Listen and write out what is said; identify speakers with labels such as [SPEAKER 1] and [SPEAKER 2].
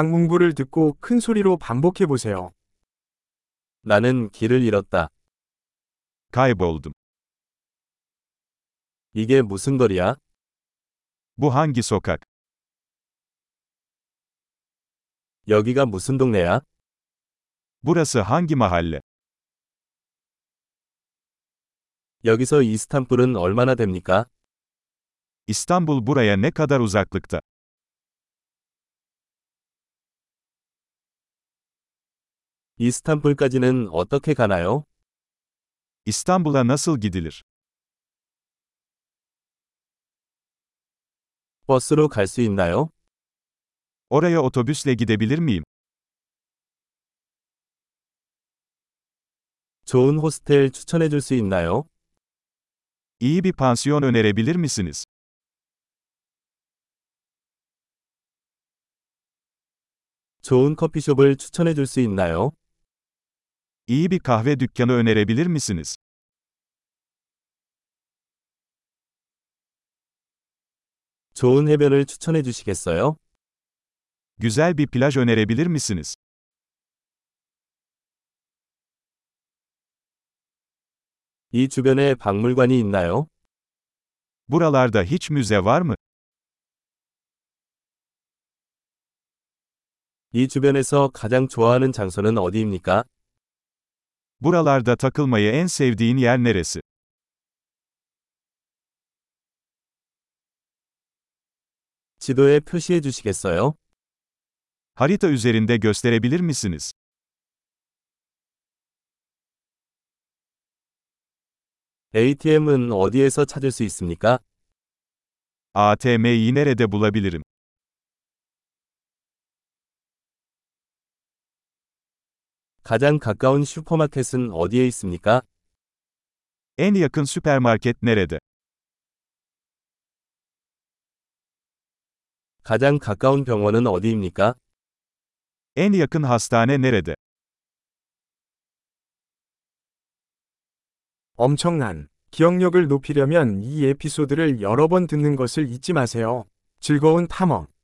[SPEAKER 1] 강문부를 듣고 큰 소리로 반복해 보세요.
[SPEAKER 2] 나는 길을 잃었다.
[SPEAKER 3] Kayboldum.
[SPEAKER 2] 이게 무슨 거리야?
[SPEAKER 3] Bu hangi sokak?
[SPEAKER 2] 여기가 무슨 동네야?
[SPEAKER 3] Burası hangi mahalle?
[SPEAKER 2] 여기서 이스탄불은 얼마나 됩니까?
[SPEAKER 3] İstanbul buraya ne kadar uzaklıkta?
[SPEAKER 2] 이스탄불까지는 어떻게 가나요?
[SPEAKER 3] İstanbul'a nasıl gidilir?
[SPEAKER 2] 버스로 갈 수 있나요?
[SPEAKER 3] Oraya otobüsle gidebilir miyim?
[SPEAKER 2] 좋은 호스텔 추천해 줄 수 있나요?
[SPEAKER 3] İyi bir pansiyon önerebilir misiniz?
[SPEAKER 2] 좋은 커피숍을 추천해 줄 수 있나요?
[SPEAKER 3] İyi bir kahve dükkanı önerebilir misiniz?
[SPEAKER 2] 좋은 해변을 추천해 주시겠어요?
[SPEAKER 3] Güzel bir plaj önerebilir misiniz?
[SPEAKER 2] 이 주변에 박물관이 있나요?
[SPEAKER 3] Buralarda hiç müze var mı?
[SPEAKER 2] 이 주변에서 가장 좋아하는 장소는 어디입니까?
[SPEAKER 3] Buralarda takılmayı en sevdiğin yer neresi?
[SPEAKER 2] 지도에 표시해 주시겠어요?
[SPEAKER 3] Harita üzerinde gösterebilir misiniz?
[SPEAKER 2] ATM은 어디에서 찾을 수 있습니까?
[SPEAKER 3] ATM'yi nerede bulabilirim?
[SPEAKER 2] 가장 가까운 슈퍼마켓은 어디에 있습니까?
[SPEAKER 3] En yakın süpermarket nerede?
[SPEAKER 2] 가장 가까운 병원은 어디입니까?
[SPEAKER 3] En yakın hastane nerede?
[SPEAKER 1] 엄청난 기억력을 높이려면 이 에피소드를 여러 번 듣는 것을 잊지 마세요. 즐거운 탐험.